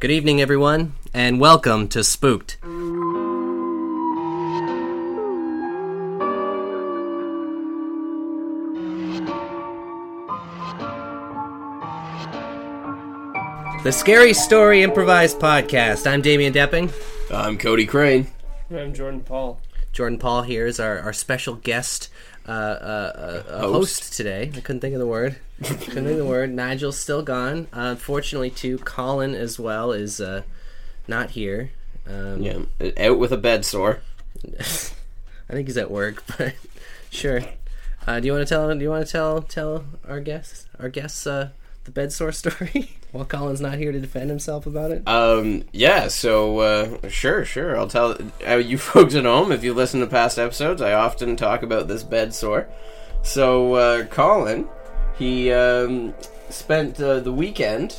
Good evening, everyone, and welcome to Spooked. The Scary Story Improvised Podcast. I'm Damian Depping. I'm Cody Crane. I'm Jordan Paul. Jordan Paul here is our, our special guest uh, uh, uh, uh, host. Host. today. I couldn't think of the word. couldn't think of the word. Nigel's still gone. Uh, unfortunately, too, Colin as well is uh, not here. Um, Yeah, Uh, out with a bed sore. I think he's at work, but sure. Uh, do you want to tell? Do you want to tell tell our guests our guests uh, the bed sore story while Colin's not here to defend himself about it? Um, yeah, so uh, sure, sure. I'll tell uh, you folks at home if you listen to past episodes. I often talk about this bed sore. So uh, Colin, he um, spent uh, the weekend,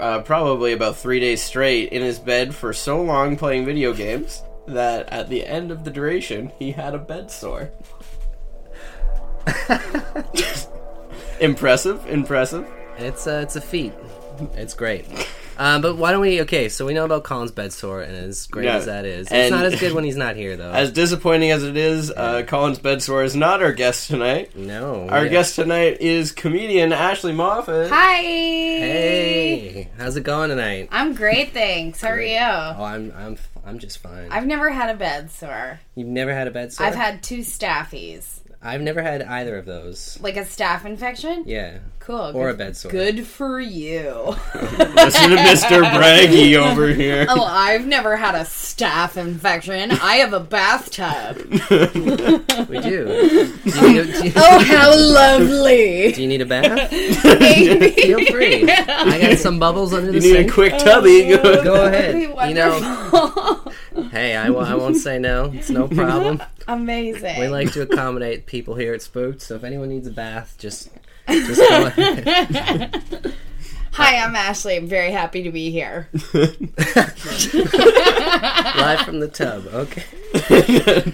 uh, probably about three days straight, in his bed for so long playing video games that at the end of the duration he had a bed sore. impressive, impressive. It's uh, it's a feat. It's great. Um, but why don't we? Okay, so we know about Colin's bed sore, and as great Yeah. as that is, it's And- not as good when he's not here, though. As disappointing as it is, uh, Colin's bedsore is not our guest tonight. no, Our yeah. guest tonight is comedian Ashley Moffat. Hi. Hey, how's it going tonight? I'm great, thanks. How Great. are you? Oh, I'm I'm I'm just fine. I've never had a bed sore. You've never had a bed sore. I've had two staphies, I've never had either of those. like a staph infection. Yeah. Cool. Or good- a bed sore. Good for you. Listen to Mr. Braggy over here. oh, I've never had a staph infection. I have a bathtub. We do. do, you need a, do, you, oh, how lovely. do you need a bath? Baby. Feel free. I got some bubbles under the you need a sink. quick tubby. Oh, Go That'd ahead. be You know, wonderful. hey, I, w- I won't say no. It's no problem. Amazing. We like to accommodate people here at Spooked, so if anyone needs a bath, just just go ahead. Hi, I'm Ashley. I'm very happy to be here. live from the tub. Okay.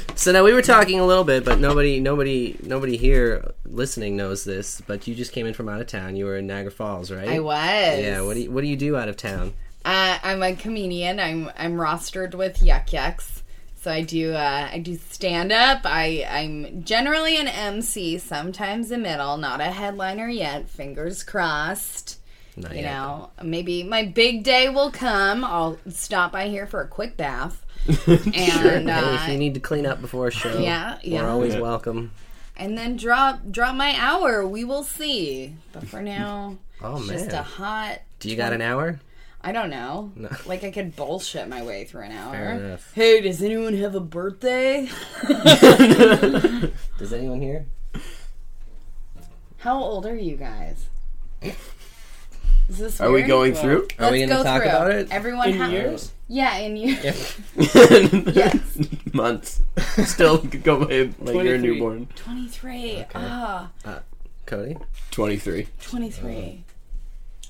So now we were talking a little bit, but nobody, nobody, nobody here listening knows this. But you just came in from out of town. You were in Niagara Falls, right? I was. Yeah. What do you, What do you do out of town? Uh, I'm a comedian. I'm I'm rostered with Yuck Yucks, so I do uh, I do stand up. I I'm generally an MC, sometimes a middle, not a headliner yet. Fingers crossed. Not You yet. know, maybe my big day will come. I'll stop by here for a quick bath, and Hey, if uh, you need to clean up before a show, Yeah, yeah. we're always welcome. and then drop drop my hour. We will see. But for now, Oh it's man, just a hot. do you got an hour? I don't know. Like I could bullshit my way through an hour. Fair enough. Hey, does anyone have a birthday? Does anyone here? How old are you guys? Is this Are we weird? going through? Are we Let's gonna go talk through. about it? Everyone In ha- years? Yeah, in years. Yes. Months. Still could go by like you're a 23. newborn. 23. Ah, Cody. 23. 23.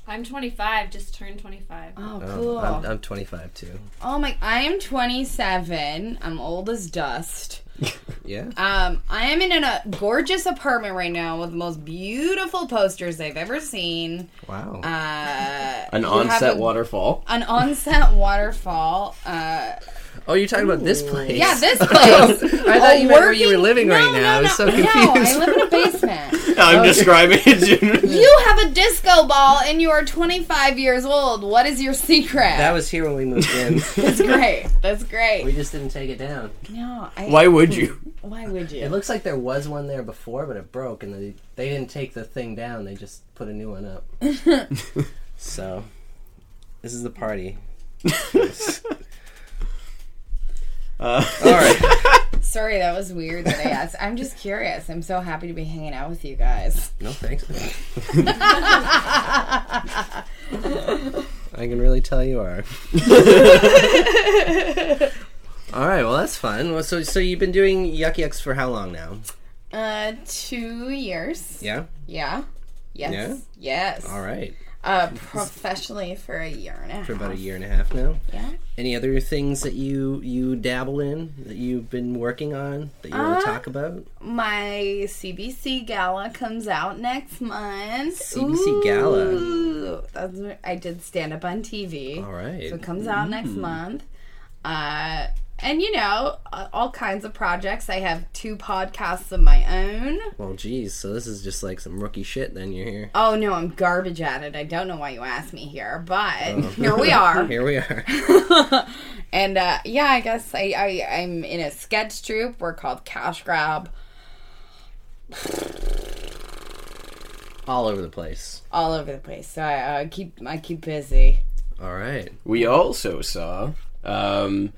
I'm 25, just turned 25. Oh, Oh, cool. I'm, I'm 25 too. oh my, I am 27. I'm old as dust. Yeah. Um, I am in a gorgeous apartment right now with the most beautiful posters I've ever seen. Wow. Uh, An you have onset a- waterfall. An onset waterfall. Uh, oh, you're talking about this place? yeah, this place. I thought A you meant where you were living working- No, right no, now. I was so no. No, I confused. live in a basement. I'm describing it. you have a disco ball and you are 25 years old. What is your secret? that was here when we moved in. That's great. That's we great. just didn't take it down. No, I, why? Why would you? would It you? looks like there was one there before, but it broke, and they, they didn't take the thing down. They just put a new one up. so, this is the party. Uh, All right. Sorry, that was weird that I asked. I'm just curious. I'm so happy to be hanging out with you guys. No thanks. I can really tell you are. All right. Well, that's fun. Well, so so you've been doing yuck yucks for how long now? Uh, two years. Yeah. Yeah. Yes. Yes. All right. Uh, professionally for a year and a half. For about a year and a half now. Yeah. Any other things that you you dabble in that you've been working on that you want Uh, to talk about? My CBC gala comes out next month. CBC gala. Ooh, do. That's what- I did stand up on TV. All right. Mm. So it comes out next month. Uh, and you know, a- all kinds of projects. I have two podcasts of my own. Well, geez. So this is just like some rookie shit. Then you're here. Oh no, I'm garbage at it. I don't know why you asked me here, but here we are. Oh. Here we are. and uh, yeah, I guess I, I I'm in a sketch troupe. We're called Cash Grab. All over the place. All over the place. So I uh, keep I keep busy. All right. We also saw um,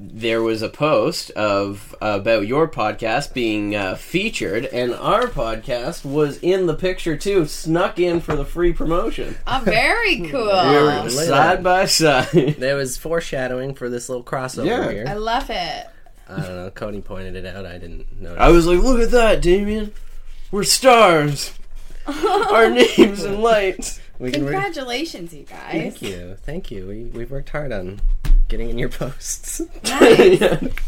there was a post of about your podcast being uh, featured, and our podcast was in the picture too, snuck in for the free promotion. Oh, very We cool. were side by side. There was foreshadowing for this little crossover Yeah. here. I love it. I don't know. Cody pointed it out. I didn't notice. I was like, "Look at that, Damien. We're stars. our names and lights." we can re- Congratulations, you guys. Thank you. Thank you. We, we've worked hard on getting in your posts.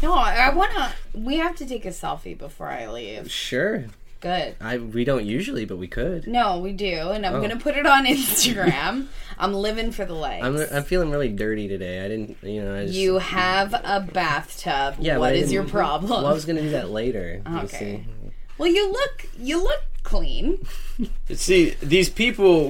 No, I want to. We have to take a selfie before I leave. sure. Good. I We don't usually, but we could. No, we do, and I'm Oh. gonna put it on Instagram. I'm living for the legs. I'm, I'm feeling really dirty today. I didn't, you know, I just. you have a bathtub. Yeah, what but I is your didn't- problem? Well, I was going to do that later. We'll Okay. see. Well, you look you look clean. See, these people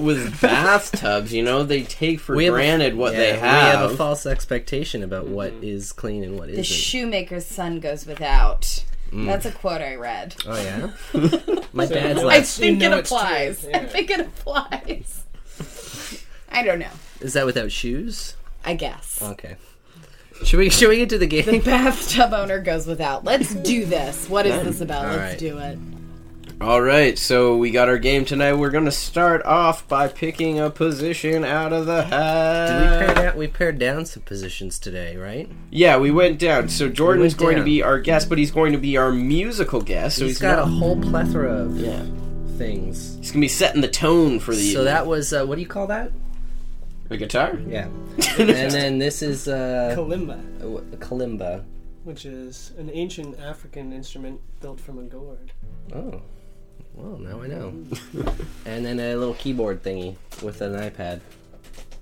with bathtubs, you know, they take for We have a- granted what Yeah, they We have a false expectation about what is clean and what The isn't. shoemaker's son goes without. Mm. That's a quote I read. oh, yeah? My dad's I like, think know it it's true, applies. I yeah. think it applies. I don't know. is that without shoes? I guess. Okay. Should we, should we get to the game? Bathtub owner goes without. Let's do this. What is this about? All Let's right. do it. All right, so we got our game tonight. We're gonna start off by picking a position out of the Did we, pair hat. down, we pared down some positions today, right? yeah, we went down. So Jordan's went going down. to be our guest, but he's going to be our musical guest. So he's, He's got a not- whole plethora of yeah. things. He's gonna be setting the tone for the So that was uh, what do you call that? the guitar. Yeah. and then this is uh, Kalimba, w- kalimba. which is an ancient African instrument built from a gourd. Oh, well now I know. and then a little keyboard thingy with an iPad.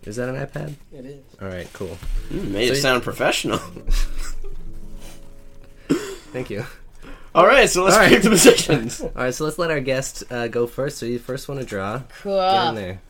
Is that an iPad? It is. All right, cool. Mm, made So it he- sound professional. Thank you. All right, so let's All right. pick the positions. All right, so let's let our guest uh, go first. So you first want to draw. Get in Cool. there.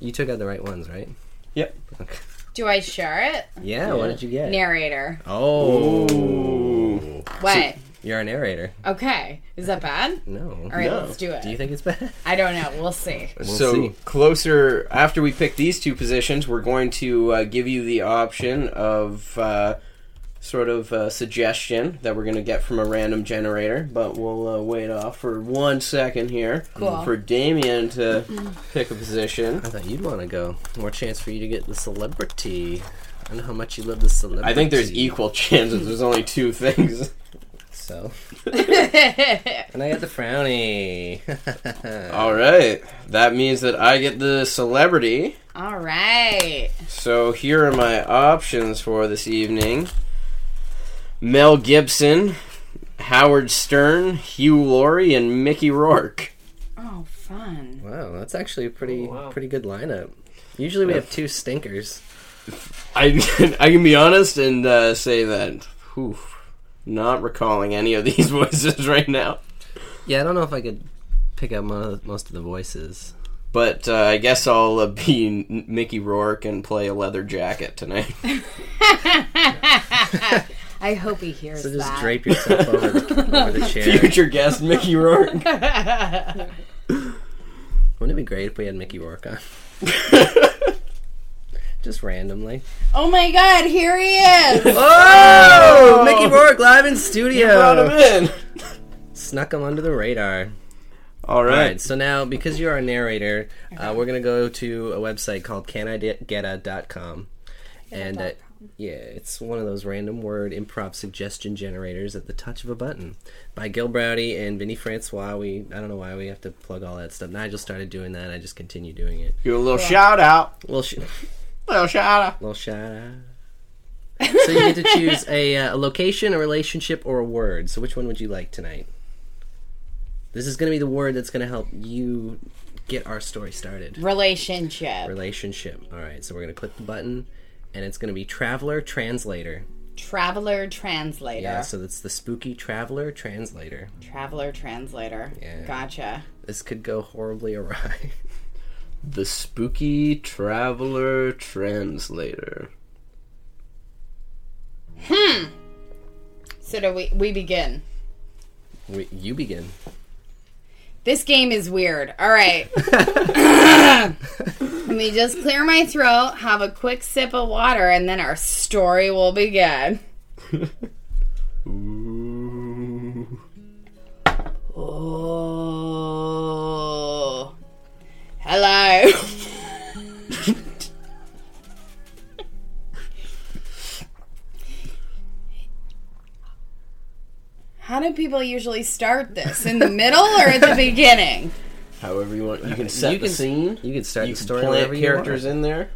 You took out the right ones, right? Yep. Okay. Do I share it? Yeah, What did you get? Narrator. oh, Ooh. What? you're a narrator. Okay. Is that bad? No. All right, No. let's do it. Do you think it's bad? I don't know. We'll see. so see. closer after we pick these two positions, we're going to uh, give you the option of uh, sort of a suggestion that we're going to get from a random generator. But we'll uh, wait off for one second here Cool. for Damien to pick a position. I thought you'd want to go. More chance for you to get the celebrity. I know how much you love the celebrity. I think there's e- equal chances. There's only two things. So, and I got the frowny. All right, that means that I get the celebrity. All right. So here are my options for this evening: Mel Gibson, Howard Stern, Hugh Laurie, and Mickey Rourke. Oh, fun. wow, that's actually a pretty Oh, wow. pretty good lineup. Usually we have two stinkers. I I can be honest and uh, say that, whew, not recalling any of these voices right now. Yeah, I don't know if I could pick up mo- most of the voices. But uh, I guess I'll uh, be N- Mickey Rourke and play a leather jacket tonight. I hope he hears So just that. drape yourself over the, over the chair. Future guest Mickey Rourke. Wouldn't it be great if we had Mickey Rourke on? just randomly. oh my God! Here he is. Oh, Mickey Rourke live in Brought him studio. in. Snuck him under the radar. All All right. right. So now, because you're our narrator, uh, we're gonna go to a website called canidgeta.com, and uh, yeah, it's one of those random word improv suggestion generators at the touch of a button by Gil Browdy and Vinny Francois. We I don't know why we have to plug all that stuff. Nigel started doing that. I just continue doing it. Give a little shout out. Little sh- Little shout out. little shout out. so you get to choose a, uh, a location, a relationship, or a word. So which one would you like tonight? This is gonna be the word that's gonna help you get our story started. Relationship. Relationship. All right, so we're gonna click the button, and it's gonna be Traveler Translator. Traveler translator. Yeah, so that's the spooky Traveler Translator. Traveler translator. Yeah. Gotcha. This could go horribly awry. The spooky traveler translator. So do we we begin. we, you begin. This game is weird. All right. Let me just clear my throat, have a quick sip of water, and then our story will begin. Oh. Hello. How do people usually start this? In the middle or at the beginning? However you want, you can set you the can- scene. You can start you the can story plant wherever you characters want. in there.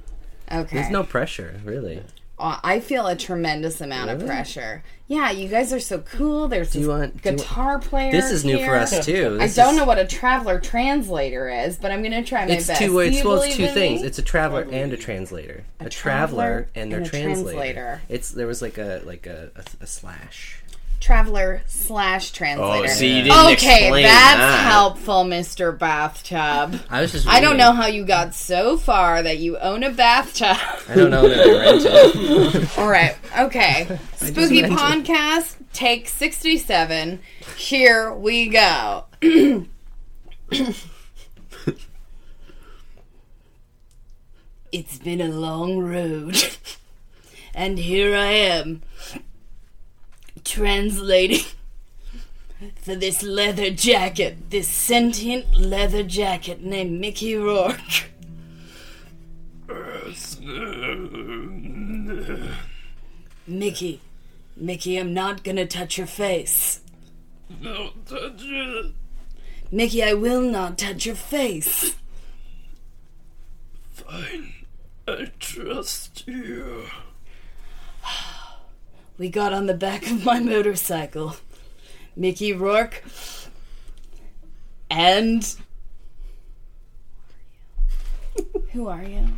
Okay. There's no pressure, really. Uh, I feel a tremendous amount of pressure. Yeah, you guys are so cool. There's this you want- do you guitar player. This is new for here. us too. I This don't is- know what a traveler translator is, but I'm gonna try my It's best. two. It's, Do you well, it's believe two in things. me? It's a traveler and a translator. A, traveler traveler and their and a translator. translator. It's there was like a like a, a, a slash. traveler slash Oh, translator. see, you didn't okay, explain that's that. helpful, Mister Bathtub. I was just. I don't reading. know how you got so far that you own a bathtub. I don't know that I rent it. All right. Okay. Spooky meant to- Podcast, take 67. Here we go. it's been a long road. And here I am, translating for this leather jacket, this sentient leather jacket named Mickey Rourke. Mickey, Mickey, I'm not gonna touch your face. Mickey, I will not touch your face. I trust you. We got on the back of my motorcycle. Mickey Rourke and Who are you?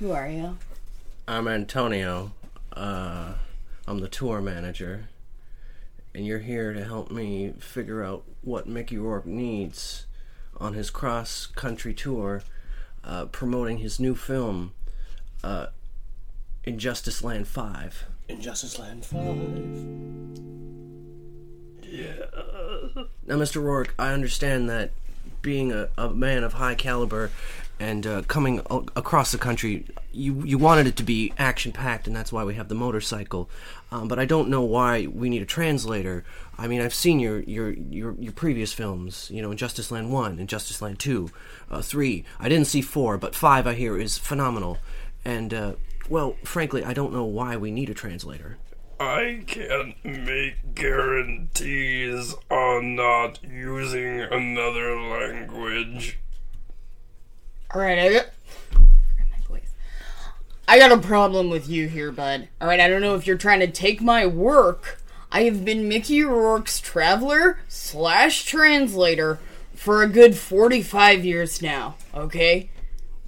Who are you? I'm Antonio. Uh, I'm the tour manager, and you're here to help me figure out what Mickey Rourke needs on his cross-country tour, uh, promoting his new film, uh, Injustice Land Five. Injustice Land 5. Now, Mr. Rourke, I understand that being a, a man of high caliber and uh, coming a- across the country, you, you wanted it to be action packed, and that's why we have the motorcycle. Um, but I don't know why we need a translator. I mean, I've seen your your your, your previous films, you know, Injustice Land One, Injustice Land Two, uh, Three. I didn't see four, but five I hear is phenomenal. And uh, well, frankly, I don't know why we need a translator. I can't make guarantees on not using another language. All right, I got. my voice. I got a problem with you here, bud. All right, I don't know if you're trying to take my work. I have been Mickey Rourke's traveler slash translator for a good 45 years now. Okay,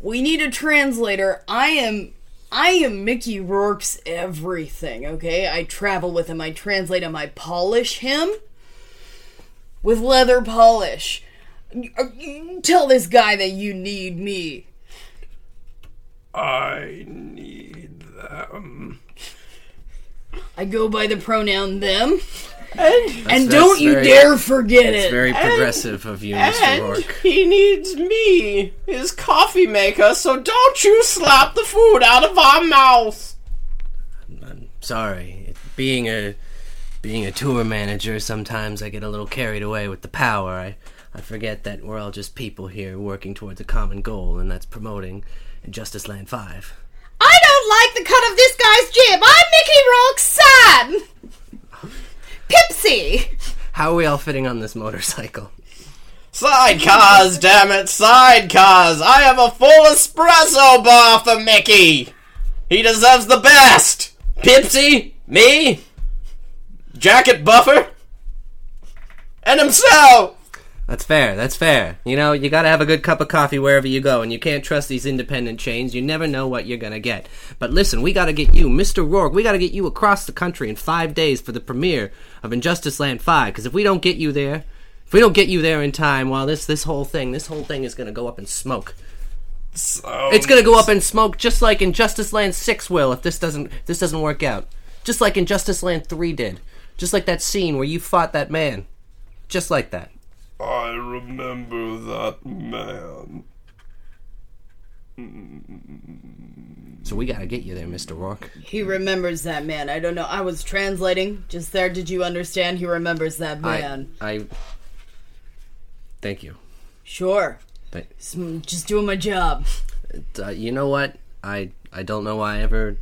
we need a translator. I am. I am Mickey Rourke's everything, okay? I travel with him, I translate him, I polish him with leather polish. Uh, you Tell this guy that you need me. I need them. I go by the pronoun them. And, That's- don't that's you very- dare forget it. Very progressive of you, Mr. Rourke. he needs me, his coffee maker. So don't you slap the food out of our mouth. I'm sorry. Being a being a tour manager, sometimes I get a little carried away with the power. I I forget that we're all just people here working towards a common goal, and that's promoting Justice Land Five. I don't like the cut of this guy's jib. I'm Mickey Rourke's son. Pipsy. How are we all fitting on this motorcycle? Sidecars, damn it, sidecars! I have a full espresso bar for Mickey! He deserves the best! Pipsy, me, Jacket Buffer, and himself! That's fair. That's fair. You know, you gotta have a good cup of coffee wherever you go, and you can't trust these independent chains. You never know what you're gonna get. But listen, we gotta get you, Mr. Rourke. We gotta get you across the country in five days for the premiere of Injustice Land Five. Because if we don't get you there, if we don't get you there in time, well, this this whole thing, this whole thing is gonna go up in smoke. Sounds, It's gonna go up in smoke, just like Injustice Land Six will if this doesn't if this doesn't work out. Just like Injustice Land Three did. Just like that scene where you fought that man. Just like that. I remember that man. So we gotta get you there, Mr. Rourke. He remembers that man. I don't know. I was translating just there. Did you understand? He remembers that man. I, I. Thank you. Sure. Thank- Sm- Just doing my job. Uh, you know what? I I don't know why I ever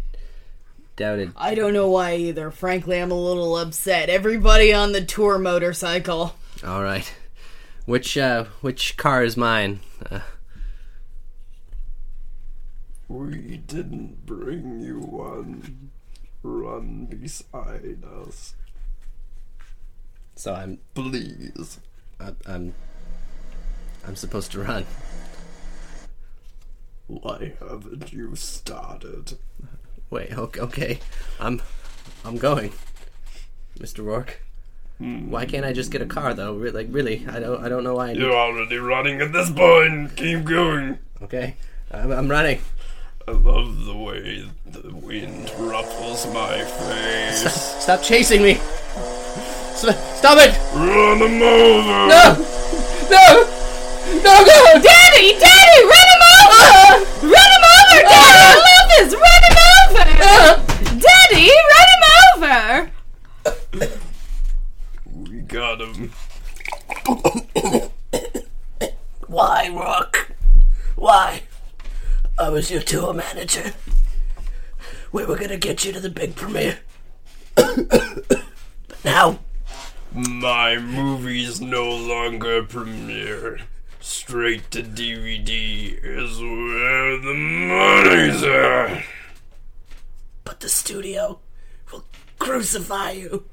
doubted. I don't know why either. Frankly, I'm a little upset. Everybody on the tour motorcycle. All right, which uh, which car is mine? Uh, We didn't bring you one. Run beside us, so I'm please. I'm- I'm I'm supposed to run. Why haven't you started? Wait, okay, okay. I'm I'm going, Mr. Rourke. Why can't I just get a car though? Re- like really, I don't I don't know why. I need- You're already running at this point. Keep going. Okay, I'm, I'm running. I love the way the wind ruffles my face. Stop chasing me. Stop, stop it. Run him over! No! No! No, no! Uh. Daddy! Daddy! Run him over! Run him over, Daddy! Love this! Run him over! Daddy, run him over! We got him. Why, Rock? Why? I was your tour manager. We were gonna get you to the big premiere. but now, My movie's no longer premiere. Straight to DVD is where the money's at. but the studio will crucify you.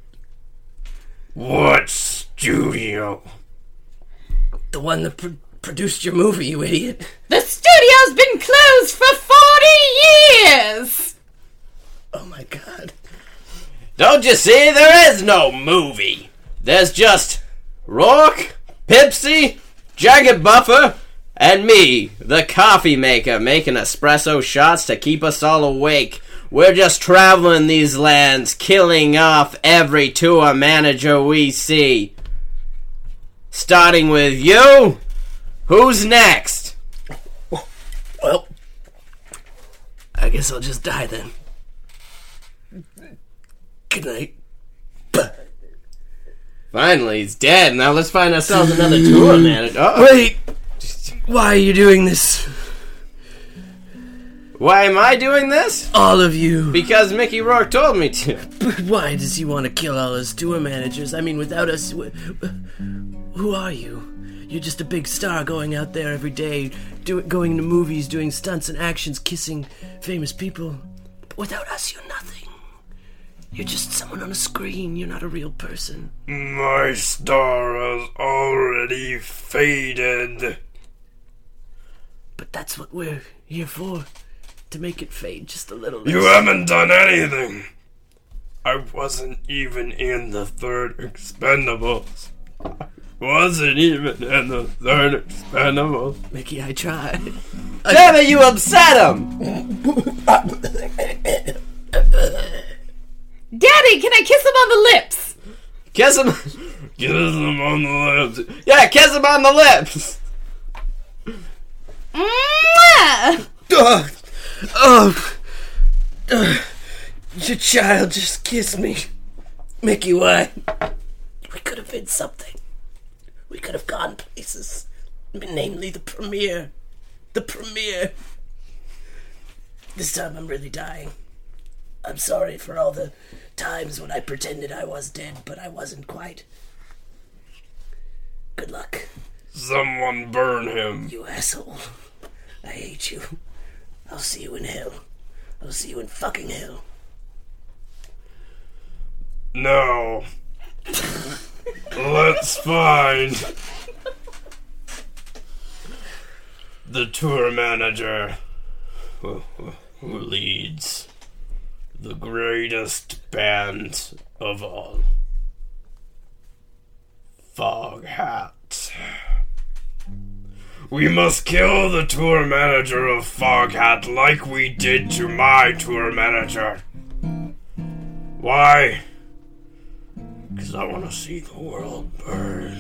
What studio? The one that pr- produced your movie, you idiot. The studio's been closed for 40 years! Oh my god. Don't you see? There is no movie. There's just Rourke, Pepsi, Jagged Buffer, and me, the coffee maker, making espresso shots to keep us all awake. We're just traveling these lands, killing off every tour manager we see. Starting with you. Who's next? Well, I guess I'll just die then. Good night. Finally, he's dead. Now let's find ourselves another tour manager. Uh-oh. Wait! Why are you doing this? Why am I doing this? All of you. Because Mickey Rourke told me to. Why does he want to kill all us tour managers? I mean, without us, wh- wh- who are you? You're just a big star going out there every day, do- going to movies, doing stunts and actions, kissing famous people. But without us, you're nothing. You're just someone on a screen. You're not a real person. My star has already faded. But that's what we're here for. To make it fade just a little. You haven't done anything. I wasn't even in the third Expendables. Wasn't even in the third Expendables. Mickey, I tried. Damn it, you upset him! Daddy, can I kiss him on the lips? Kiss him. Kiss him on the lips. Yeah, kiss him on the lips! Mwah! Oh, oh, your child just kissed me. Mickey, why? We could have been something. We could have gone places. Namely, the premiere. The premiere. This time I'm really dying. I'm sorry for all the times when I pretended I was dead, but I wasn't quite. Good luck, Someone burn him. you asshole. I hate you. I'll see you in hell. I'll see you in fucking hell. No. Let's find the tour manager who, who- who leads the greatest band of all Fog Hat. We must kill the tour manager of Fog Hat like we did to my tour manager. Why? Because I want to see the world burn.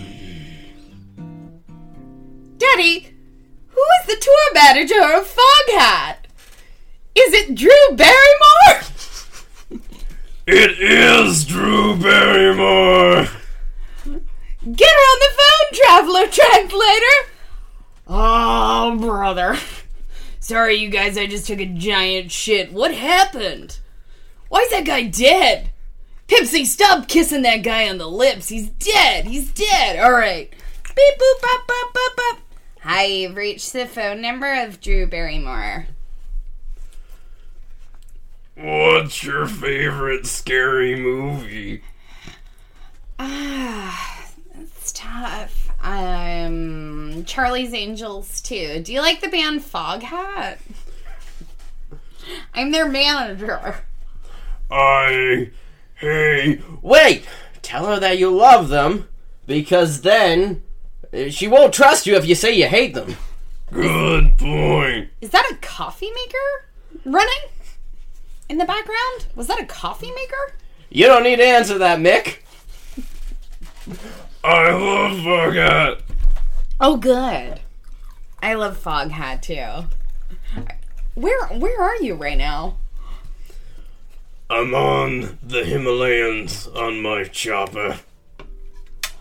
Daddy, who is the tour manager of Foghat? Is it Drew Barrymore? It is Drew Barrymore! Get her on the phone, traveler translator. Oh, brother. Sorry, you guys, I just took a giant shit. What happened? Why is that guy dead? Pipsy, stop kissing that guy on the lips. He's dead. He's dead. All right. Beep boop bop bop bop bop. Hi, you've reached the phone number of Drew Barrymore. What's your favorite scary movie? Ah, that's tough. Um, Charlie's Angels too. Do you like the band Foghat? I'm their manager. I. Hey. Wait! Tell her that you love them, because then uh, she won't trust you if you say you hate them. Good point. Is that a coffee maker running in the background? Was that a coffee maker? You don't need to answer that, Mick. I love Forgot. Oh, good. I love Foghat too. Where where are you right now? I'm on the Himalayans on my chopper.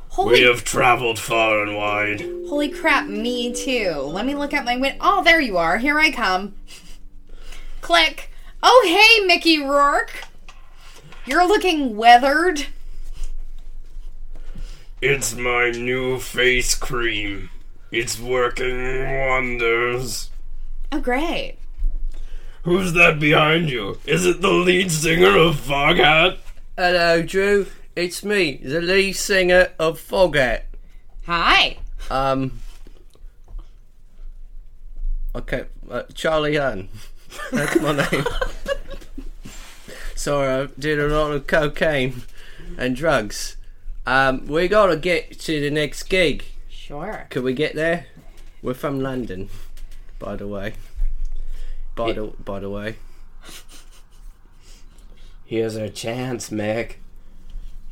Holy We have traveled far and wide. holy crap! Me too. Let me look at my win. Oh, there you are. Here I come. Click. Oh, hey, Mickey Rourke. You're looking weathered. It's my new face cream. It's working wonders. Oh, great. Who's that behind you? Is it the lead singer of Foghat? Hello, Drew. It's me, the lead singer of Foghat. Hi. Um. Okay, uh, Charlie Hunt. That's my name. so I did a lot of cocaine and drugs. Um, we gotta get to the next gig. Sure. Could we get there? We're from London, by the way. By the by the way, Here's our chance, Mick.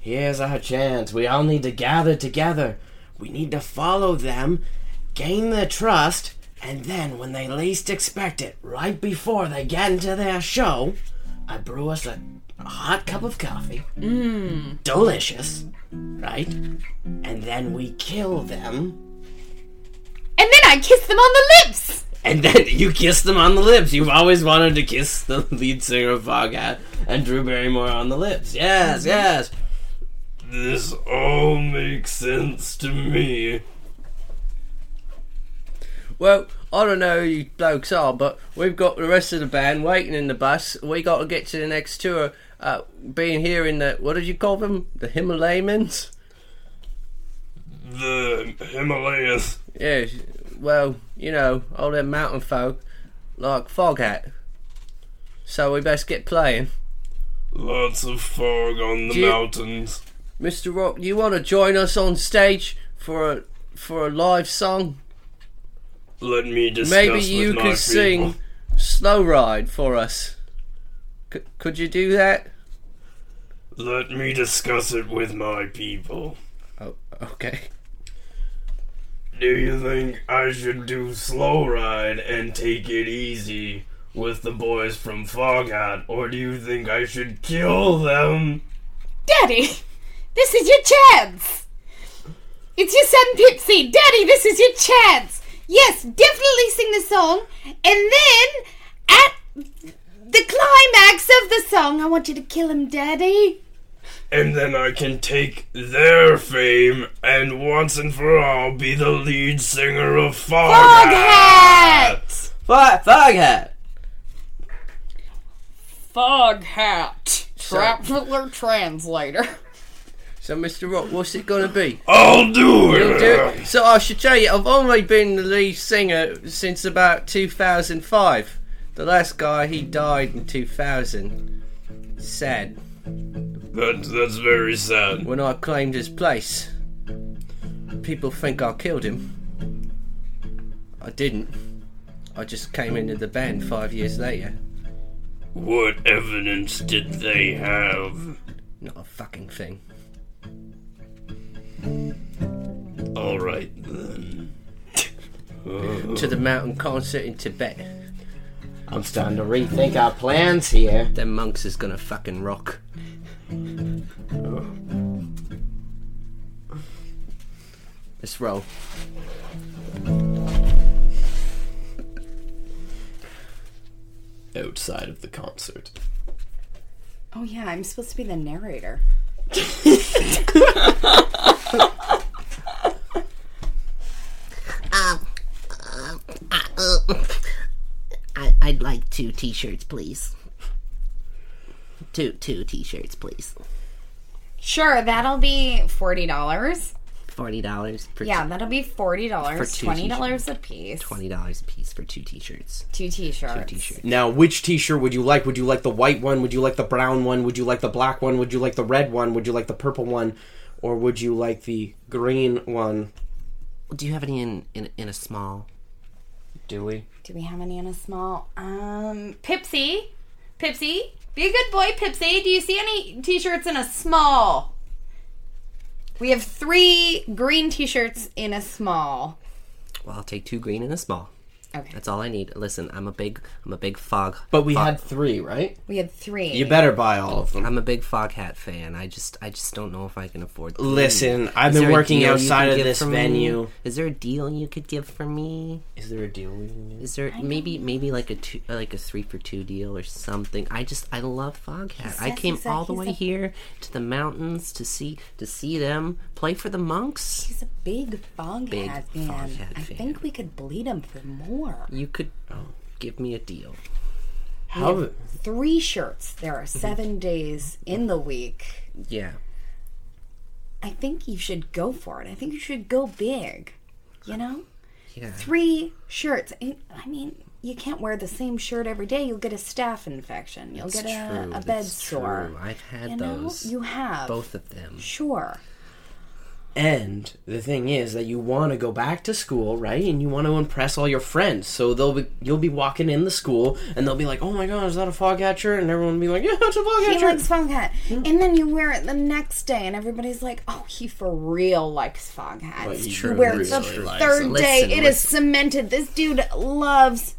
Here's our chance. We all need to gather together. We need to follow them, gain their trust, and then when they least expect it, right before they get into their show, I brew us a hot cup of coffee. Mmm. Delicious. Right? And then we kill them. And then I kiss them on the lips. And then you kiss them on the lips. You've always wanted to kiss the lead singer of Foghat and Drew Barrymore on the lips. Yes, yes. This all makes sense to me. well, I don't know who you blokes are, but we've got the rest of the band waiting in the bus. We gotta get to the next tour. Uh, being here in the what did you call them? The Himalayans. The Himalayas. Yeah, well, you know, all them mountain folk like Foghat. So we best get playing. Lots of fog on the Do you- mountains. Mr. Rock, you want to join us on stage for a for a live song? Let me discuss Maybe with you my could sing people. "Slow Ride" for us. C- could you do that? Let me discuss it with my people. Oh, okay. Do you think I should do slow ride and take it easy with the boys from Foghat, or do you think I should kill them? Daddy, this is your chance. It's your son Pipsy. Daddy, this is your chance. Yes, definitely sing the song. And then at the climax of the song, I want you to kill him, Daddy. And then I can take their fame and once and for all be the lead singer of Foghat. Foghat! Fog, Foghat. Foghat. Traveler translator. So, Mr. Rock, what's it gonna be? I'll do You it. do it. So I should tell you, I've only been the lead singer since about 2005. The last guy, he died in 2000. Sad. That's that's very sad. When I claimed his place, people think I killed him. I didn't. I just came into the band five years later. What evidence did they have? Not a fucking thing. All right then. To the mountain concert in Tibet. I'm starting to rethink our plans here. Them monks is gonna fucking rock. Let's roll. Outside of the concert. Oh yeah, I'm supposed to be the narrator. I, I'd like two t-shirts, please. Two two t-shirts, please. Sure, that'll be forty dollars. Forty dollars for Yeah, that'll be forty dollars, two twenty dollars a piece. twenty dollars a piece for two t-shirts. Two t-shirts. T-shirt. Now, which T-shirt would you like? Would you like the white one? Would you like the brown one? Would you like the black one? Would you like the red one? Would you like the purple one? Or would you like the green one? Do you have any in in, in a small? Do we? Do we have any in a small? Um, Pipsy, Pipsy, be a good boy, Pipsy. Do you see any t-shirts in a small? We have three green t-shirts in a small. Well, I'll take two green and a small. Okay, That's all I need. Listen, I'm a big, I'm a big fog. But we had three, right? we had three. You better buy all of them. I'm a big fog hat fan. I just, I just don't know if I can afford. Three. Listen, Is I've been there a working deal you outside can of give this for me? venue. Is there a deal you could give for me? Is there a deal we can do? Is there maybe, maybe like a two, like a three for two deal or something? I just, I love fog hat. I says came he's a- all the he's way a- here to the mountains to see, to see them play for the monks. He's a big fog Big hat fan. foghat I fan. think we could bleed him for more. You could oh, give me a deal. How? Three shirts. There are 7 days in the week. Yeah. I think you should go for it. I think you should go big. You know? Yeah. Three shirts. I I mean, you can't wear the same shirt every day. You'll get a staph infection. You'll It's get a, true, a bed that's sore. true. I've had you know? those. You have. both of them. Sure. And the thing is that you want to go back to school, right? And you want to impress all your friends. So they'll be you'll be walking in the school, and they'll be like, "Oh my God, is that a fog hat shirt?" And everyone will be like, "Yeah, it's a fog He hat shirt." likes fog hat. Mm-hmm. And then you wear it the next day, and everybody's like, oh, he for real likes fog hats. he You wear it really the likes third them. day. Listen, It is cemented. This dude loves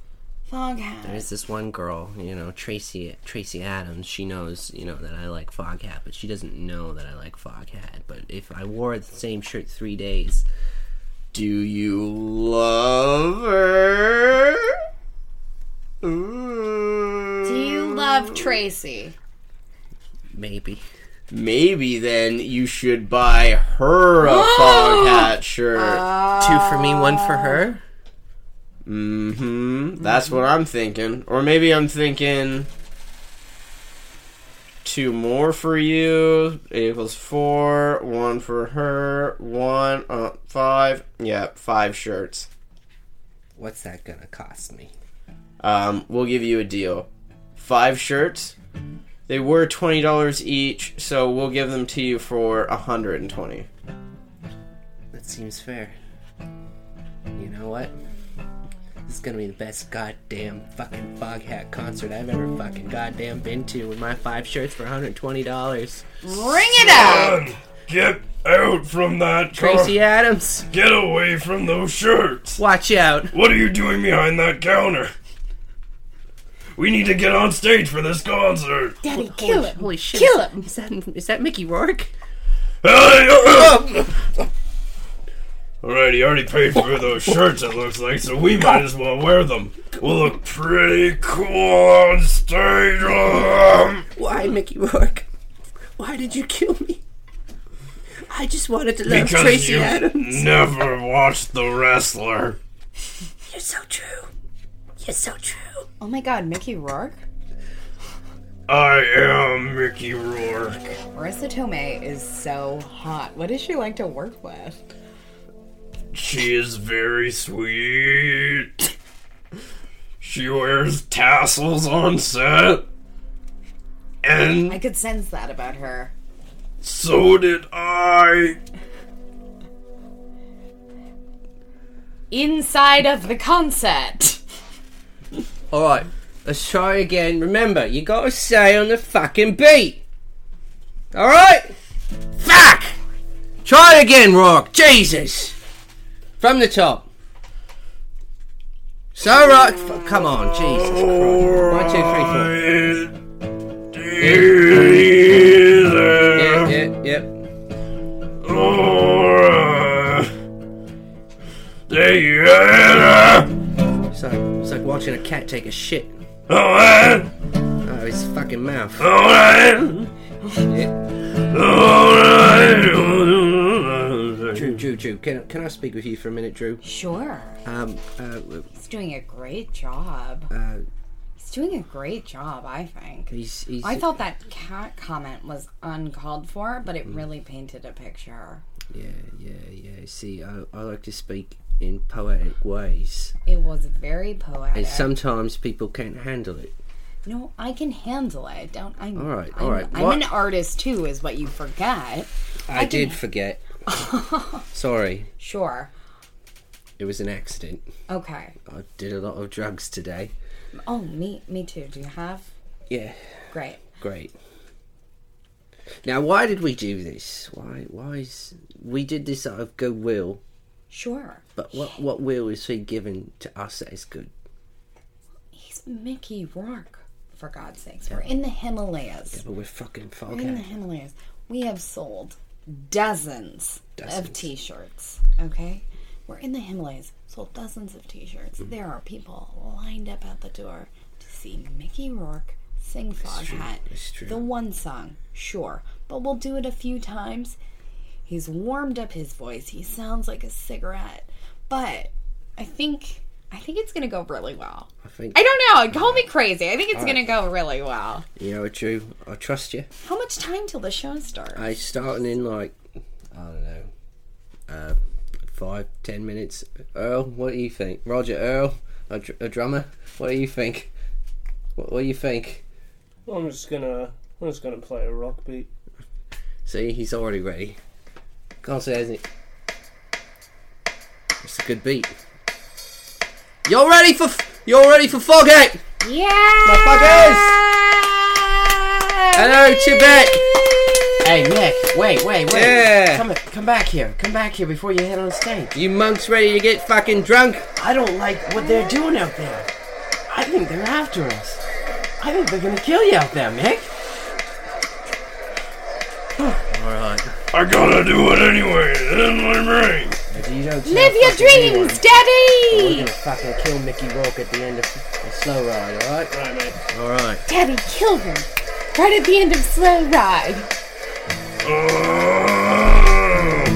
fog hats. There's this one girl, you know, Tracy Tracy Adams. She knows, you know, that I like fog hat, but she doesn't know that I like fog hat. But if I wore the same shirt three days, Do you love her? Do you love Tracy? maybe. Maybe then you should buy her a fog hat shirt. Uh, Two for me, one for her. Mm-hmm. That's what I'm thinking. Or maybe I'm thinking two more for you equals four, one for her, one uh five. Yeah, five shirts. What's that gonna cost me? Um, we'll give you a deal. Five shirts. They were twenty dollars each, so we'll give them to you for a hundred and twenty. That seems fair. You know what? This is gonna be the best goddamn fucking fog hat concert I've ever fucking goddamn been to with my five shirts for $120. Bring it out! Son, get out from that car. Tracy Adams, Get away from those shirts. watch out. What are you doing behind that counter? We need to get on stage for this concert. Daddy, kill it. Holy shit. Kill is- him. Is that, is that Mickey Rourke? Alright, you uh, already paid for those shirts, it looks like, so we might as well wear them. We'll look pretty cool on stage. Um, Why, Mickey Rourke? Why did you kill me? I just wanted to love because Tracy you Adams. never watched The Wrestler. You're so true. You're so true. Oh my god, Mickey Rourke? I am Mickey Rourke. Marissa Tomei is so hot. What is she like to work with? She is very sweet. She wears tassels on set. And I could sense that about her. so did I. Inside of the concert. All right, let's try again. Remember, you gotta stay on the fucking beat. All right. Fuck. Try it again, Rock. Jesus. From the top. So right. F- come on, Jesus Christ. One, two, three, four. Alright. Yep, yep, yep. It's like it's like watching a cat take a shit out of his fucking mouth. Yeah. Drew, Drew, Drew. Can can I speak with you for a minute, Drew? Sure. Um. Uh. w- He's doing a great job. uh He's doing a great job, I think. he's, he's, I thought that cat comment was uncalled for, but it Mm. really painted a picture. Yeah, yeah, yeah. See, I, I like to speak in poetic ways, It was very poetic. and sometimes people can't handle it. No, I can handle it. Don't I'm All right, I'm, all right. I'm What- an artist too, is what you forget. I, did forget. Sorry, Sure. it was an accident. Okay. I did a lot of drugs today. Oh, me me too. Do you have? Yeah, Great. great. Now, why did we do this? Why? Why is we did this out of goodwill? Sure. But what what will is he giving to us that is good? He's Mickey Rourke. For God's sakes, we're in the Himalayas. But we're fucking We're in the fucking. Himalayas. We have sold dozens, Dozens. of T-shirts. Okay, we're in the Himalayas. Sold dozens of T-shirts. Mm-hmm. There are people lined up at the door to see Mickey Rourke sing Foghat. It's true. The one song, sure, but we'll do it a few times. He's warmed up his voice. He sounds like a cigarette, but I think I think it's gonna go really well. I think I don't know. Call me crazy. I think it's gonna go really well. you know, Drew. I trust you. How much time till the show starts? I starting in like I don't know, uh, five ten minutes. Earl, what do you think? Roger Earl, a, dr- a drummer. What do you think? What, what do you think? Well, I'm just gonna I'm just gonna play a rock beat. See, he's already ready. Can't say anything. It's a good beat. You're ready for f- you're ready for Foghat, Yeah! fuckers. Hello, Tibet. Hey, Nick, wait, wait, wait. Yeah. Come, come back here. Come back here before you head on stage. You monks ready to get fucking drunk? I don't like what they're doing out there. I think they're after us. I think they're gonna kill you out there, Mick. All right. I gotta do it anyway. Then my brain. If you don't Live your dreams, We're Daddy! gonna fucking kill Mickey Rourke at the end of the slow ride, alright? All right, mate. All right. Daddy, kill him! Right at the end of Slow Ride. Oh,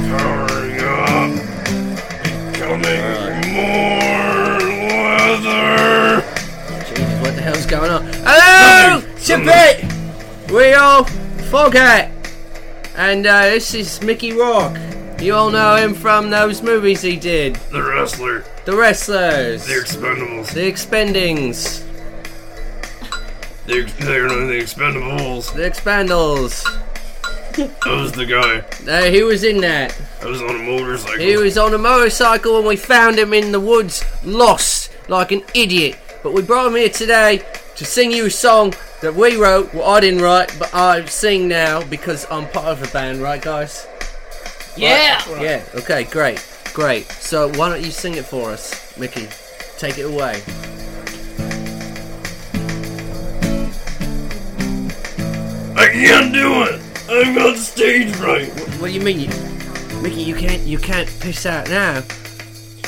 powering up. Becoming more leather. Jesus, what the hell's going on? Hello, Tibet! We all forget. And uh, this is Mickey Rourke. You all know him from those movies he did The wrestler. The Wrestlers, The Expendables. The Expendings, They're, they're not the Expendables. The Expandals. I was the guy. Uh, he was in that. I was on a motorcycle. He was on a motorcycle when we found him in the woods, lost like an idiot. But we brought him here today to sing you a song that we wrote. Well, I didn't write, but I sing now because I'm part of a band, right, guys? Yeah! Yeah, okay, great, great. So why don't you sing it for us, Mickey? Take it away. I can't do it. I've got stage fright. What do you mean, you, Mickey? You can't, you can't piss out now.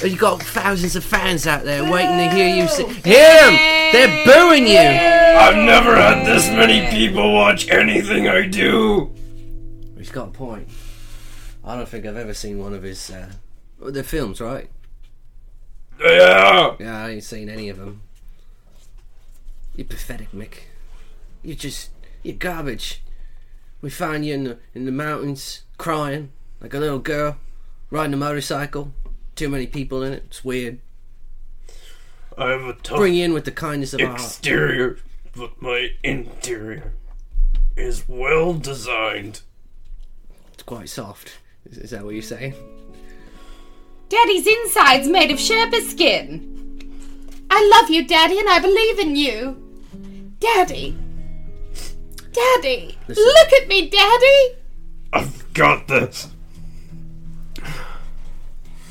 You got thousands of fans out there waiting to hear you sing. Hear 'em! They're booing you. I've never had this many people watch anything I do. He's got a point. I don't think I've ever seen one of his. Uh, the films, right? Yeah. Yeah, I ain't seen any of them. You're pathetic, Mick. You're just You garbage. We found you in the in the mountains, crying like a little girl, riding a motorcycle. Too many people in it. It's weird. I have a tough Bring you in with the kindness of our heart. exterior, but my interior is well designed. It's quite soft. Is, is that what you're saying? Daddy's inside's made of Sherpa skin. I love you, Daddy, and I believe in you. Daddy. Daddy. Listen. Look at me, Daddy. I've got this.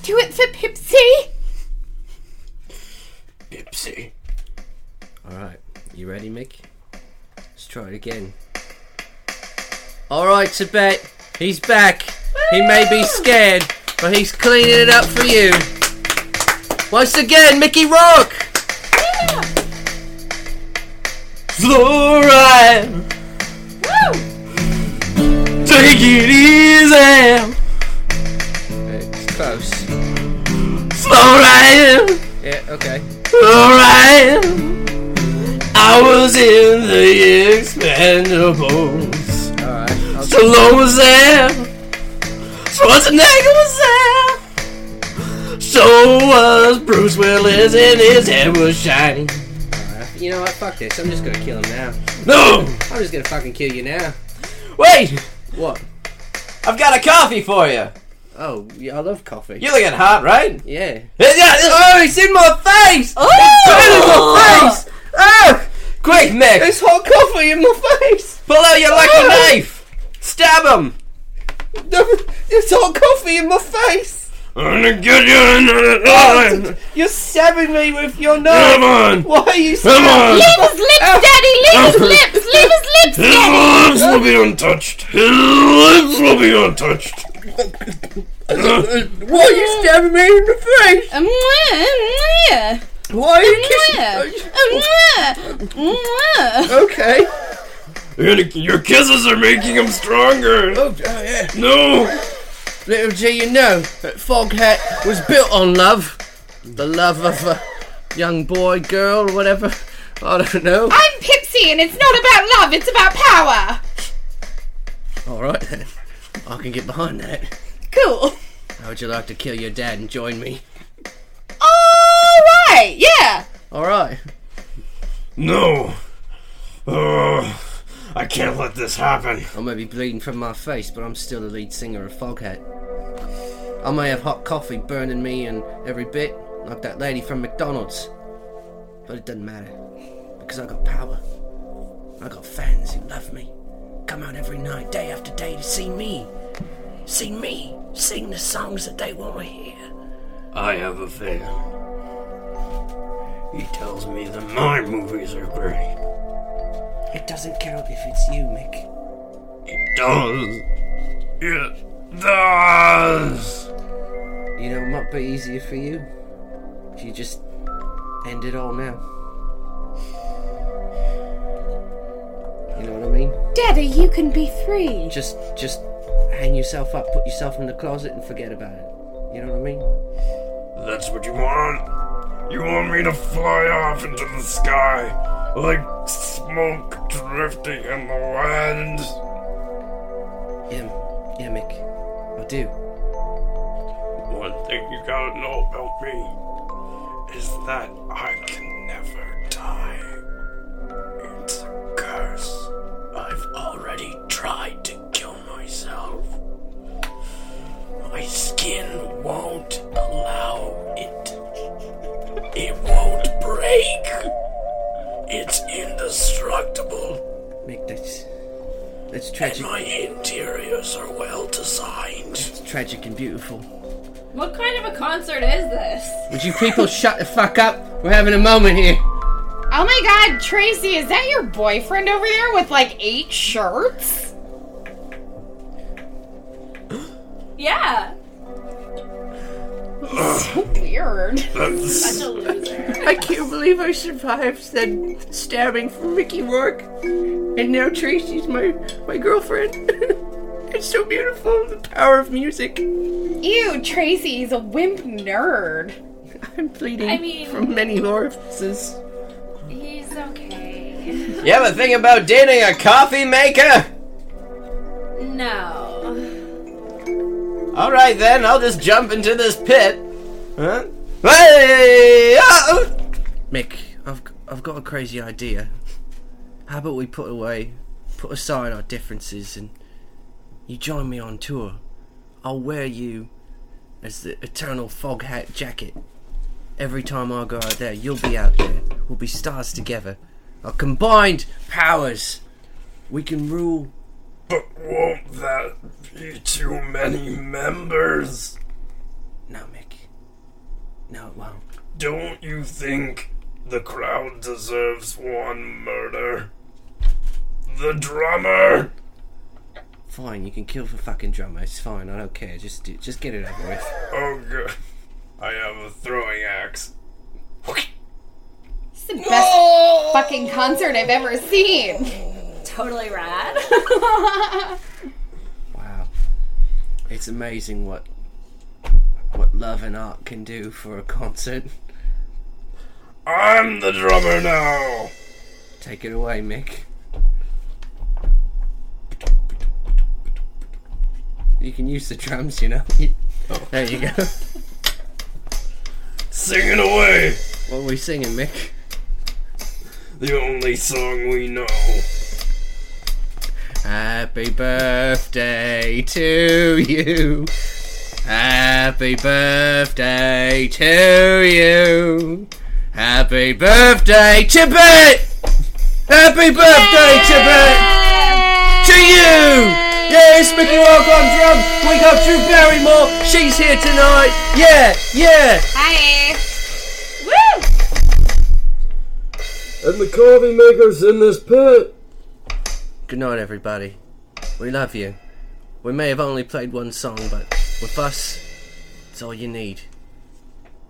Do it for Pipsy. Ipsy. All right, you ready, Mick? Let's try it again. All right, Tibet, he's back. He may be scared, but he's cleaning it up for you. Once again, Mickey Rourke. Slow ride. Take it easy. It's close. Slow ride. Yeah. Okay. Alright, I was in the Expendables. All right. I'll Stallone was there. Schwarzenegger was there. So was Bruce Willis, and his head was shiny. You know what? Fuck this. I'm just gonna kill him now. No, I'm just gonna fucking kill you now. wait, What? I've got a coffee for you. Oh, yeah, I love coffee. You're looking hot, right? Yeah. Oh, it's in my face! Oh, it's in my face! Oh, quick, Mick, It's hot coffee in my face. pull out your lucky knife. Stab him. It's hot coffee in my face. I'm gonna get you another time. You're stabbing me with your Come knife. on. Why are you Come on. Leave his lips, Daddy. Leave his lips. Leave his lips, His Daddy. lips will be untouched. His lips will be untouched. Why are you stabbing me in the face? Mwah, mwah, Why are you mwah, mwah, mwah. Okay. Your your kisses are making him stronger. Oh, yeah. No. Little G, you know that Foghat was built on love. The love of a young boy, girl, whatever. I don't know. I'm Pipsy, and it's not about love. It's about power. All right then. I can get behind that. Cool. How would you like to kill your dad and join me? All right. Yeah. All right. No. Oh, I can't let this happen. I may be bleeding from my face, but I'm still the lead singer of Foghat. I may have hot coffee burning me and every bit, like that lady from McDonald's. But it doesn't matter, because I got power. I got fans who love me, come out every night, day after day to see me. See me sing the songs that they want to hear. I have a fan. He tells me that my movies are great. It doesn't care if it's you, Mick. Does. It does. You know, it might be easier for you if you just end it all now. You know what I mean? Daddy, you can be free. just just hang yourself up, put yourself in the closet, and forget about it. You know what I mean? That's what you want? You want me to fly off into the sky like smoke drifting in the wind? Yeah, yeah, Mick, I do. One thing you gotta know about me is that I can never die. It's a curse. I've already tried to kill myself. My skin won't allow it. It won't break. It's indestructible. Mick, that's that's And tragic, my interiors are well designed. tragic and beautiful. What kind of a concert is this? Would you people shut the fuck up? We're having a moment here. Oh my god, Tracy, is that your boyfriend over there with like eight shirts? Yeah. Weird. Such a loser. I can't believe I survived that stabbing from Mickey Rourke, and now Tracy's my my girlfriend. it's so beautiful. The power of music. Ew, Tracy, he's a wimp nerd. I'm bleeding I mean- from many orifices. He's okay. You ever think about dating a coffee maker? No. All right then, I'll just jump into this pit. Huh? Hey! ah, oh. Mick, I've I've got a crazy idea. How about we put away, put aside our differences, and you join me on tour. I'll wear you as the eternal fog hat jacket. Every time I go out there, you'll be out there. We'll be stars together. Our combined powers. We can rule. But won't that be too many members? No, Mick. No, it won't. Don't you think the crowd deserves one murder? The drummer! Fine, you can kill for fucking drummer. It's fine. I don't care. Just do, just get it over with. Oh, good. I have a throwing axe. It's the best fucking concert I've ever seen. Totally rad. Wow. It's amazing what what love and art can do for a concert. I'm the drummer now! Take it away, Mick. You can use the drums, you know. There you go. Singing away! What are we singing, Mick? The only song we know. Happy birthday to you. Happy birthday to you. Happy birthday, Tippet! Happy birthday, Tippet! To you! Yes, Mickey Rock on drums. We got Drew Barrymore. She's here tonight. Yeah, yeah. Hi. And the coffee maker's in this pit! Good night, everybody. We love you. We may have only played one song, but with us, it's all you need.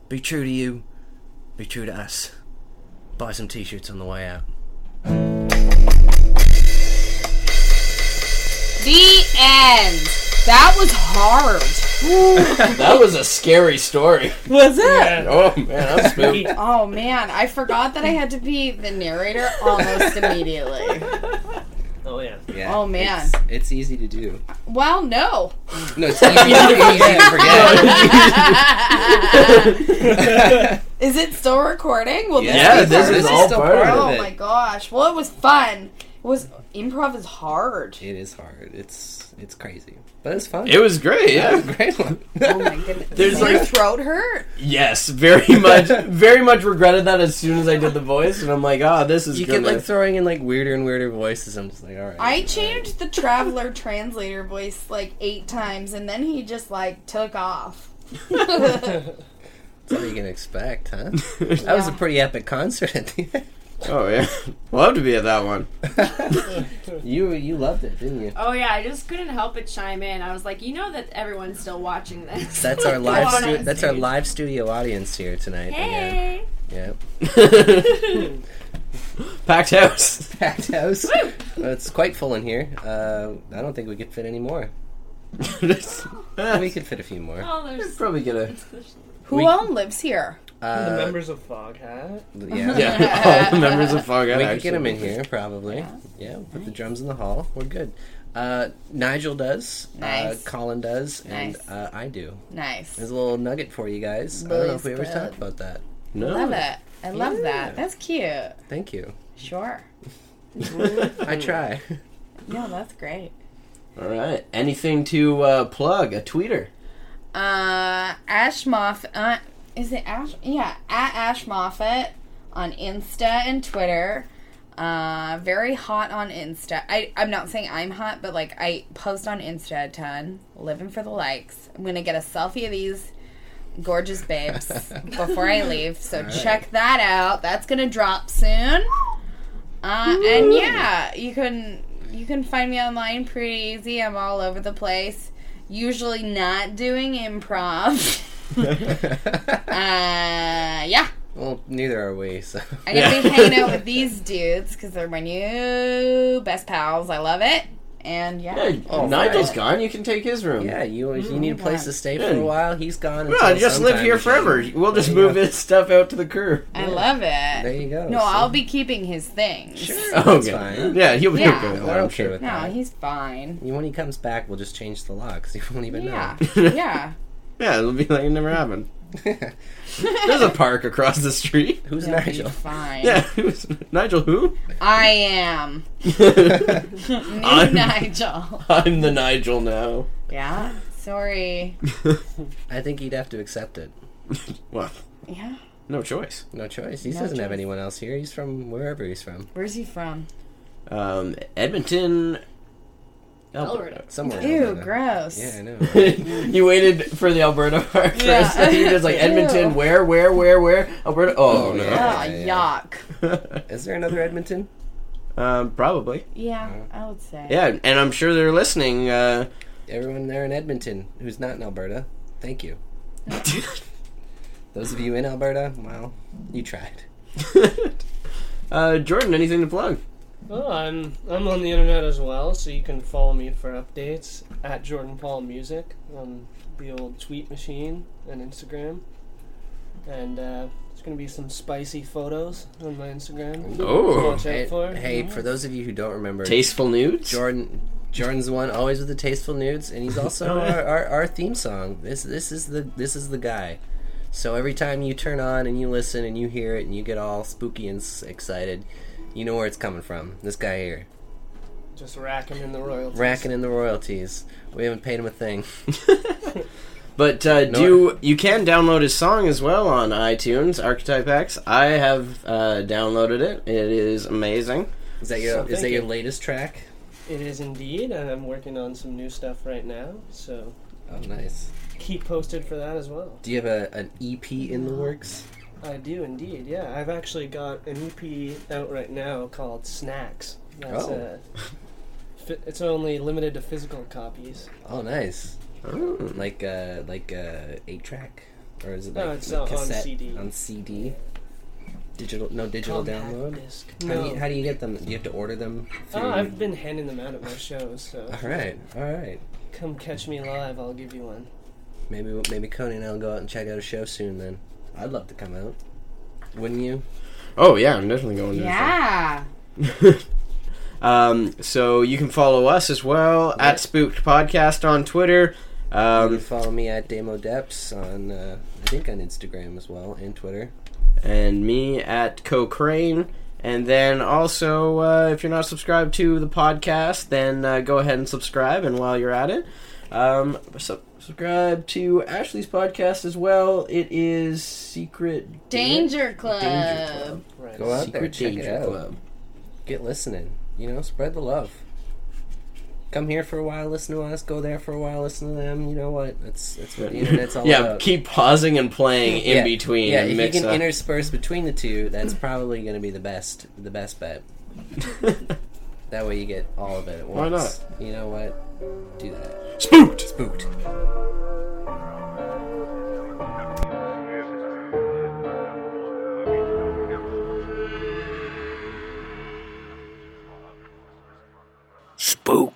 Be true to you. Be true to us. Buy some t-shirts on the way out. The end. That was hard. That was a scary story. Was it? Oh man, I'm spooked. Oh man, I forgot that I had to be the narrator almost immediately. Oh yeah. Yeah. Oh man. It's easy to do. Well, no. No, it's easy, easy to forget. Is it still recording? Well, this Yeah, be this part is of all still part of Oh it. my gosh. Well, it was fun. It was improv is hard. It is hard. It's it's crazy, but it's fun. It was That great. Yeah. was a great one. Oh my goodness. There's Does your like- throat hurt? Yes, very much. Very much regretted that as soon as I did the voice, and I'm like, ah, this is you good. keep like throwing in like weirder and weirder voices. I'm just like, all right. I changed the traveler translator voice like eight times, and then he just like took off. That's what you can expect, huh? That was a pretty epic concert at the end. oh yeah, love to be at that one. You you loved it, didn't you? Oh yeah, I just couldn't help but chime in. I was like, you know that everyone's still watching this. That's our Go live. on Stu- on that's our stage. live studio audience here tonight. Hey. Yeah. Packed house. yeah. Packed house. Well, it's quite full in here. Uh, I don't think we could fit any more. We could fit a few more. Oh, there's. Probably gonna. Who We- all lives here? Uh, the members of Foghat. yeah. Yeah, all the members of Fog We could get him in here, probably. Yeah, put the drums in the hall. We're good. Uh, Nigel does. Nice. Uh, Colin does. Nice. And uh, I do. Nice. There's a little nugget for you guys. I don't know if we ever Boys Club. talked about that. No. Love it. I love that. That's cute. Thank you. Sure. I try. No, that's great. All right. Anything to uh, plug? A tweeter. Uh, Ash Moff. Uh, is it Ash? Yeah, at Ash Moffat on Insta and Twitter. Uh, very hot on Insta. I, I'm not saying I'm hot, but like I post on Insta a ton. Living for the likes. I'm gonna get a selfie of these gorgeous babes before I leave. So check that out. That's gonna drop soon. Uh, and yeah, you can you can find me online pretty easy. I'm all over the place. Usually not doing improv. uh, yeah. well, neither are we. So I'm gonna Yeah. be hanging out with these dudes because they're my new best pals. I love it, and yeah. Yeah, Oh, Nigel's right. gone. You can take his room. Yeah, you always, you need a place to stay for Mm-hmm. Yeah. a while. He's gone. Well, until just live sometime here in June. forever. We'll just There you move go. his stuff out to the curb. I love it. There you go. No, So- I'll be keeping his things. Sure, Oh, that's fine. Yeah, he'll be Yeah. okay. with We're that, I'm okay sure. with No, that. he's fine. And When he comes back, we'll just change the law because he won't even Yeah. know. yeah. Yeah, it'll be like it never happened. know. There's a park across the street. Who's He'll Nigel? Be fine. Yeah, who's Nigel? Who? I am. I'm New I'm- Nigel. the Nigel now. Yeah. Sorry. I think he'd have to accept it. Well, Yeah. no choice. No choice. He No doesn't have choice. anyone else here. He's from wherever he's from. Where's he from? Um, Edmonton. Alberta. Alberta. Somewhere. in Ew, Alberta. gross. Yeah, I know. you waited for the Alberta part Yeah. first, and you just like Edmonton. Ew. Where? Where? Where? Where? Alberta. Oh no. Ah, Yeah, yuck. Is there another Edmonton? um, probably. Uh-huh. Yeah, I would say. Yeah, and I'm sure they're listening. Uh, Everyone there in Edmonton who's not in Alberta, thank you. Those of you in Alberta, well, you tried. uh, Jordan, anything to plug? Well, Oh, I'm I'm on the internet as well, so you can follow me for updates at Jordan Paul Music on the old tweet machine and Instagram. And uh, there's gonna be some spicy photos on my Instagram. Oh, Watch Hey, out for. hey, for those of you who don't remember, tasteful nudes. Jordan. Jordan's the one always with the tasteful nudes, and he's also Oh, our, our, our theme song. This this is the this is the guy. So every time you turn on and you listen and you hear it and you get all spooky and s- excited, you know where it's coming from. This guy here, Just racking in the royalties. racking in the royalties. We haven't paid him a thing. But uh, No, do you can download his song as well on iTunes, Archetype X. I have uh, downloaded it. It is amazing. Is that your So is that thank your you. latest track? It is indeed, and I'm working on some new stuff right now. So Oh, nice. keep posted for that as well. Do you have a, an EP in the works? I do indeed. Yeah, I've actually got an EP out right now called Snacks. That's Oh. uh, fi- it's only limited to physical copies. Oh, nice. Oh. Like uh like uh eight track, or is it like No, it's the on- on cassette CD. on CD? Digital, no digital Compact download. disc. How, do you, No. how do you get them? Do you have to order them? Through... Oh, I've been handing them out at my shows, so All right, all right. come catch me live. I'll give you one. Maybe maybe Coney and I'll go out and check out a show soon. Then I'd love to come out. Wouldn't you? Oh yeah, I'm definitely going. to this Yeah. one. um, so you can follow us as well at Spooked Podcast on Twitter. You Um, can follow me at Demo Deps on uh, I think on Instagram as well and Twitter. and me at Cochrane. And then also, uh, if you're not subscribed to the podcast, then uh, go ahead and subscribe. And while you're at it, um, sub- subscribe to Ashley's podcast as well. It is Secret Danger Club. Danger Club. Right. Go out Secret there, check Danger it out. Club. get listening. You know, spread the love. Come here for a while, listen to us. Go there for a while, listen to them. You know what? That's that's what the internet's all yeah, about. keep pausing and playing in Yeah. between. Yeah, and if mix you can up. intersperse between the two, that's probably going to be the best, the best bet. That way, you get all of it at Why once. You know what? Do that. Spooked. Spooked. Spook.